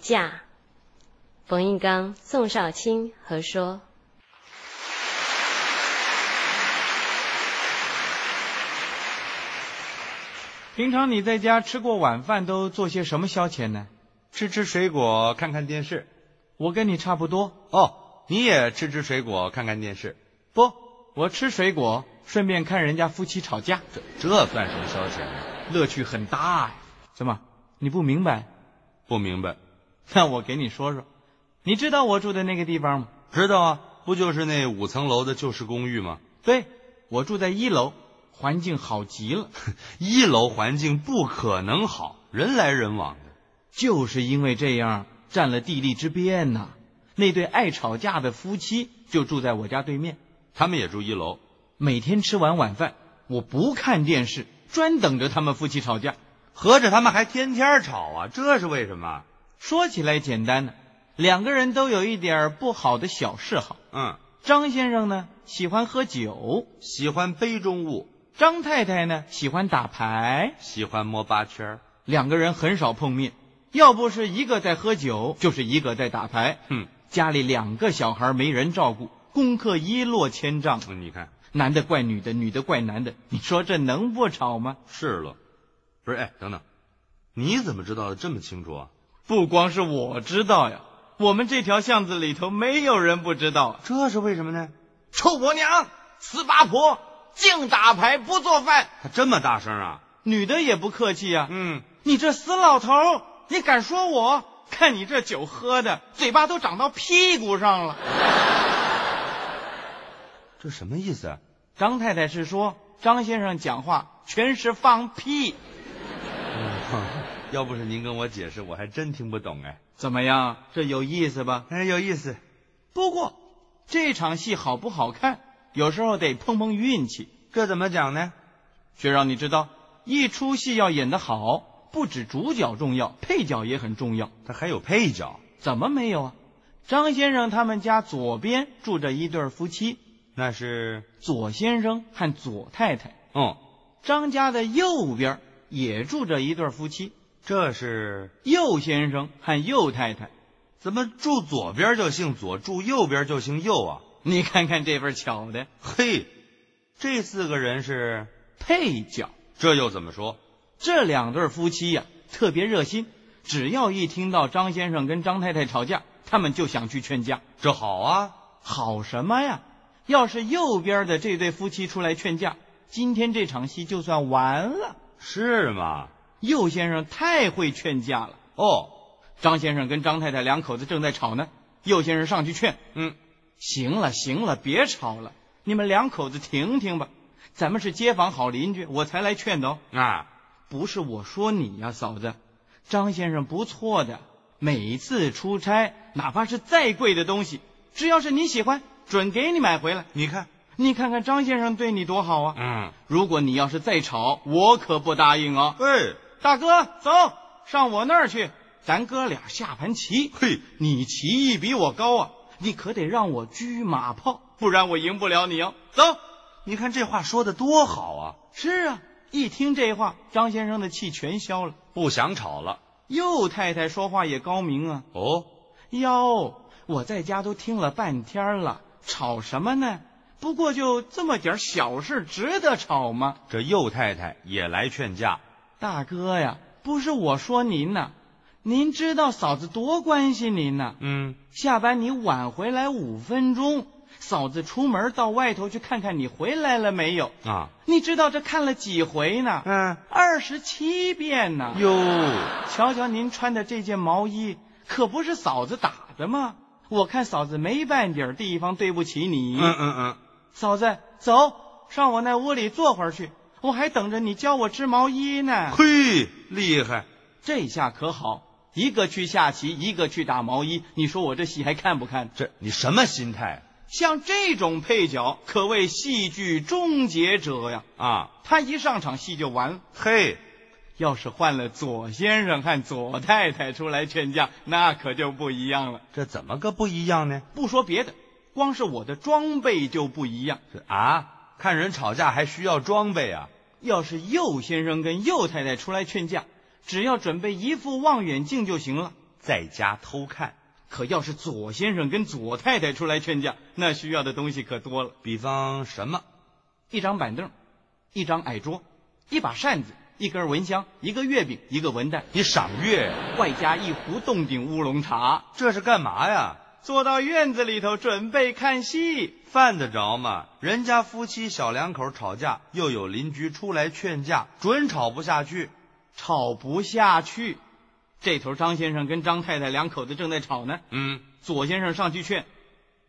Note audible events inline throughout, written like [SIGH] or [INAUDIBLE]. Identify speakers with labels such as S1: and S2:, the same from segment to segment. S1: 架。冯玉刚、宋少卿合说。
S2: 平常你在家吃过晚饭都做些什么消遣呢？
S3: 吃吃水果，看看电视。
S2: 我跟你差不多，
S3: 哦，你也吃吃水果，看看电视。
S2: 不，我吃水果，顺便看人家夫妻吵架。
S3: 这这算什么消遣啊？乐趣很大呀、
S2: 怎么，你不明白？
S3: 不明白？
S2: 那我给你说说。你知道我住的那个地方吗？
S3: 知道啊，不就是那五层楼的旧式公寓吗？
S2: 对，我住在一楼，环境好极了。
S3: [LAUGHS] 一楼环境不可能好，人来人往的。
S2: 就是因为这样，占了地利之便呐、那对爱吵架的夫妻就住在我家对面，
S3: 他们也住一楼，
S2: 每天吃完晚饭，我不看电视，专等着他们夫妻吵架。
S3: 合着他们还天天吵啊？这是为什么？
S2: 说起来简单呢、两个人都有一点儿不好的小嗜好。
S3: 嗯，
S2: 张先生呢喜欢喝酒，
S3: 喜欢杯中物，
S2: 张太太呢喜欢打牌，
S3: 喜欢摸八圈儿
S2: 两个人很少碰面，要不是一个在喝酒，就是一个在打牌。
S3: 哼，
S2: 家里两个小孩没人照顾，功课一落千丈，
S3: 嗯你看
S2: 男的怪女的，女的怪男的，你说这能不吵吗？
S3: 是了。不是，哎，等等，你怎么知道的这么清楚啊？
S2: 不光是我知道呀，我们这条巷子里头没有人不知道啊。
S3: 这是为什么呢？
S2: 臭婆娘、死八婆，净打牌不做饭，
S3: 他这么大声啊？
S2: 女的也不客气呀、
S3: 嗯，
S2: 你这死老头儿，你敢说我？看你这酒喝的，嘴巴都长到屁股上了。
S3: 这什么意思啊？ [LAUGHS]
S2: 张太太是说张先生讲话全是放屁，
S3: 要不是您跟我解释，我还真听不懂哎。
S2: 怎么样？这有意思吧？
S3: 哎，有意思。
S2: 不过这场戏好不好看，有时候得碰碰运气。
S3: 这怎么讲呢？
S2: 学长，你知道，一出戏要演得好，不止主角重要，配角也很重要。
S3: 他还有配角，
S2: 怎么没有啊？张先生他们家左边住着一对儿夫妻，
S3: 那是，
S2: 左先生和左太太；
S3: 嗯，
S2: 张家的右边也住着一对儿夫妻，
S3: 这是
S2: 右先生和右太太。
S3: 怎么住左边就姓左，住右边就姓右啊？
S2: 你看看这份巧的
S3: 嘿，这四个人是，
S2: 配角，
S3: 这又怎么说？
S2: 这两对儿夫妻呀、特别热心，只要一听到张先生跟张太太吵架，他们就想去劝架。
S3: 这好啊，
S2: 好什么呀？要是右边的这对夫妻出来劝架，今天这场戏就算完了。
S3: 是吗？
S2: 右先生太会劝架了。
S3: 哦，
S2: 张先生跟张太太两口子正在吵呢，右先生上去劝
S3: 嗯，：“
S2: 行了，行了，别吵了，你们两口子停停吧，咱们是街坊好邻居，我才来劝的哦，
S3: 啊，
S2: 不是我说你呀、嫂子，张先生不错的，每次出差，哪怕是再贵的东西，只要是你喜欢，准给你买回来。
S3: 你看，
S2: 你看看张先生对你多好啊！
S3: 嗯，
S2: 如果你要是再吵，我可不答应啊！
S3: 嘿，
S2: 大哥，走，上我那儿去，咱哥俩下盘棋。
S3: 嘿，
S2: 你棋艺比我高啊，你可得让我车马炮，不然我赢不了你哦。走，
S3: 你看这话说的多好啊，
S2: 是啊，一听这话，张先生的气全消了。
S3: 不想吵了。
S2: 右太太说话也高明啊，
S3: 哦，
S2: 哟，我在家都听了半天了，吵什么呢？不过就这么点小事，值得吵吗？
S3: 这右太太也来劝架，
S2: 大哥呀，不是我说您呐，您知道嫂子多关心您呐。
S3: 嗯，
S2: 下班你晚回来五分钟，嫂子出门到外头去看看你回来了没有。
S3: 啊，
S2: 你知道这看了几回呢？
S3: 嗯，
S2: 二十七遍呢。
S3: 哟，
S2: 瞧瞧您穿的这件毛衣，可不是嫂子打的吗？我看嫂子没半点地方对不起你。
S3: 嗯嗯嗯，
S2: 嫂子，走，上我那屋里坐会儿去，我还等着你教我织毛衣呢。
S3: 嘿，厉害，
S2: 这下可好，一个去下棋，一个去打毛衣，你说我这戏还看不看？
S3: 这你什么心态
S2: 像这种配角，可谓戏剧终结者呀！
S3: 啊？
S2: 他一上场，戏就完了。
S3: 嘿，
S2: 要是换了左先生和左太太出来劝架，那可就不一样了。
S3: 这怎么个不一样呢？
S2: 不说别的，光是我的装备就不一样。
S3: 这啊，看人吵架还需要装备啊？
S2: 要是右先生跟右太太出来劝架，只要准备一副望远镜就行了，
S3: 在家偷看，
S2: 可要是左先生跟左太太出来劝架，那需要的东西可多了：
S3: 比方什么？
S2: 一张板凳，一张矮桌，一把扇子，一根蚊香，一个月饼，一个文旦，
S3: 你赏月，
S2: 外加一壶冻顶乌龙茶。
S3: 这是干嘛呀？
S2: 坐到院子里头准备看戏，
S3: 犯得着吗？人家夫妻小两口吵架，又有邻居出来劝架，准吵不下去。
S2: 吵不下去。这头张先生跟张太太两口子正在吵呢，
S3: 嗯，
S2: 左先生上去劝：“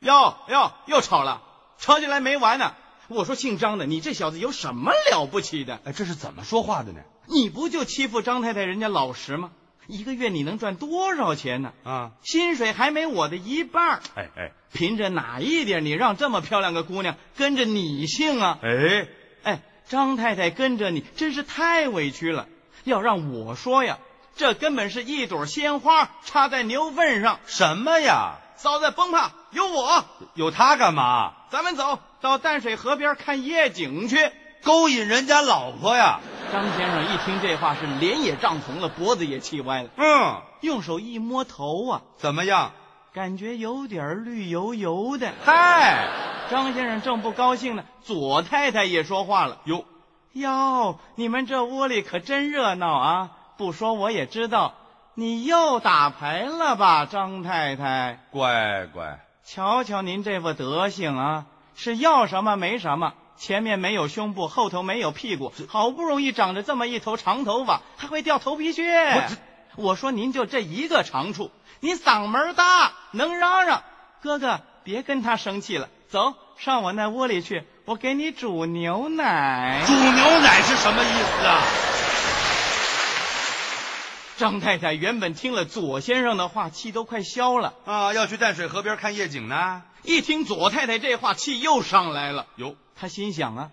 S2: 哟哟，又吵了，吵起来没完呢！”我说：“姓张的，你这小子有什么了不起的？
S3: 哎，这是怎么说话的呢？
S2: 你不就欺负张太太人家老实吗？一个月你能赚多少钱呢？
S3: 啊，
S2: 薪水还没我的一半儿
S3: 哎哎
S2: 凭着哪一点你让这么漂亮个姑娘跟着你姓啊？
S3: 哎，
S2: 哎，张太太跟着你真是太委屈了。要让我说呀，这根本是一朵鲜花插在牛粪上。
S3: 什么呀？
S2: 嫂子甭怕，有我，
S3: 有他干嘛？
S2: 咱们走到淡水河边看夜景去。
S3: 勾引人家老婆呀？
S2: 张先生一听这话是脸也涨红了，脖子也气歪了，
S3: 嗯，
S2: 用手一摸头啊，
S3: 怎么样？
S2: 感觉有点绿油油的。
S3: 嗨，
S2: 张先生正不高兴呢，左太太也说话了：“哟，哟，你们这屋里可真热闹啊！不说我也知道，你又打牌了吧，张太太？
S3: 乖乖，
S2: 瞧瞧您这副德行啊，是要什么没什么，前面没有胸部，后头没有屁股，好不容易长着这么一头长头发，还会掉头皮屑。
S3: 我这
S2: 我说您就这一个长处，你嗓门大，能嚷嚷。哥哥，别跟他生气了，走上我那屋里去，我给你煮牛奶。
S3: 煮牛奶是什么意思啊？
S2: 张太太原本听了左先生的话，气都快消了，
S3: 啊，要去淡水河边看夜景呢？
S2: 一听左太太这话，气又上来了。
S3: 有，
S2: 他心想啊，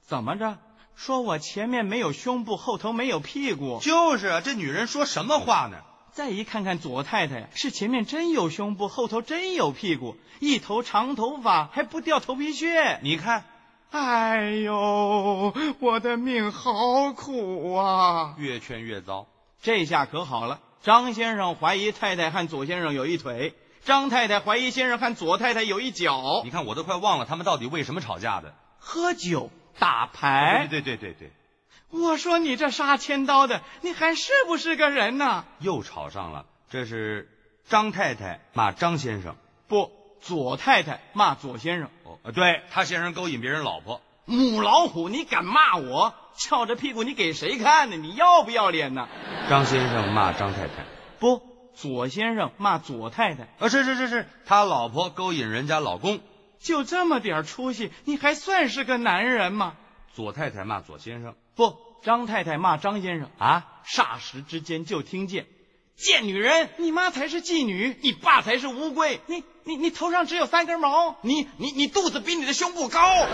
S2: 怎么着？说我前面没有胸部，后头没有屁股。
S3: 就是啊，这女人说什么话呢？
S2: 再一看看左太太呀，是前面真有胸部，后头真有屁股，一头长头发还不掉头皮屑。
S3: 你看，
S2: 哎呦，我的命好苦啊！
S3: 越劝越糟。
S2: 这下可好了，张先生怀疑太太和左先生有一腿，张太太怀疑先生和左太太有一脚
S3: 你。看，我都快忘了他们到底为什么吵架的。
S2: 喝酒打牌，
S3: 对对对对对，
S2: 我说你这杀千刀的，你还是不是个人呐？
S3: 又吵上了。这是张太太骂张先生。
S2: 不，左太太骂左先生，
S3: 哦，呃对他先生勾引别人老婆，
S2: 母老虎，你敢骂我？翘着屁股你给谁看呢？你要不要脸呢？
S3: 张先生骂张太太。
S2: 不，左先生骂左太太，
S3: 啊，是是是是，他老婆勾引人家老公，
S2: 就这么点出息，你还算是个男人吗？
S3: 左太太骂左先生
S2: 不，张太太骂张先生，
S3: 啊，
S2: 霎时之间就听见。贱女人，你妈才是妓女，你爸才是乌龟，你你你头上只有三根毛，你你你肚子比你的胸部高。 [LAUGHS]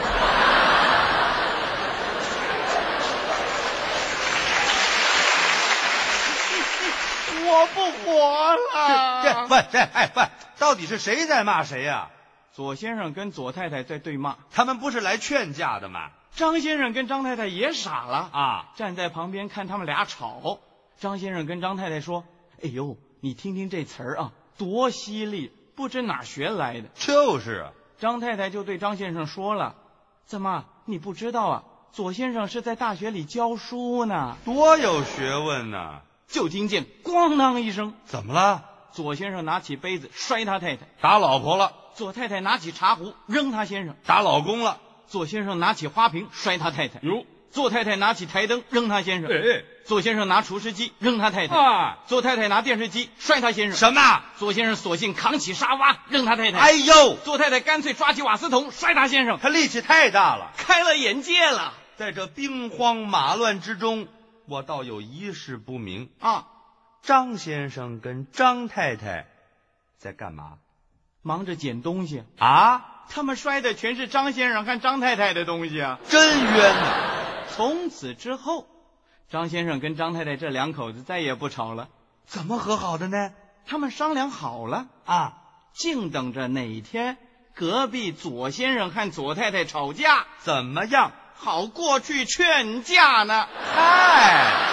S2: 我不活了。
S3: 这不这哎不，到底是谁在骂谁呀、
S2: 左先生跟左太太在对骂，
S3: 他们不是来劝架的吗？
S2: 张先生跟张太太也傻了啊，
S3: 啊，
S2: 站在旁边看他们俩吵。张先生跟张太太说：“哎呦，你听听这词儿啊，多犀利，不知哪儿学来的。”
S3: 就是啊
S2: 张太太就对张先生说了：“怎么你不知道啊？左先生是在大学里教书呢。
S3: 多有学问呐、”
S2: 就听见咣当一声，
S3: 怎么了？
S2: 左先生拿起杯子摔他太太，
S3: 打老婆了，
S2: 左太太拿起茶壶扔他先生，
S3: 打老公了，
S2: 左先生拿起花瓶摔他太太，
S3: 哟，
S2: 左太太拿起台灯扔他先生，
S3: 哎
S2: 左先生拿厨师机扔他太太，
S3: 啊，
S2: 左太太拿电视机摔他先生，
S3: 什么？
S2: 左先生索性扛起沙挖扔他太太，
S3: 哎呦，
S2: 左太太干脆抓起瓦斯桶摔他先生，
S3: 他力气太大了。
S2: 开了眼界了。
S3: 在这兵荒马乱之中，我倒有一事不明：
S2: 啊，
S3: 张先生跟张太太在干嘛
S2: 忙着捡东西，
S3: 啊？
S2: 他们摔的全是张先生和张太太的东西啊。
S3: 真冤呐、
S2: 从此之后，张先生跟张太太这两口子再也不吵了。
S3: 怎么和好的呢？
S2: 他们商量好了，
S3: 啊，
S2: 静等着哪天隔壁左先生和左太太吵架，
S3: 怎么样？
S2: 好过去劝架呢。
S3: 嗨。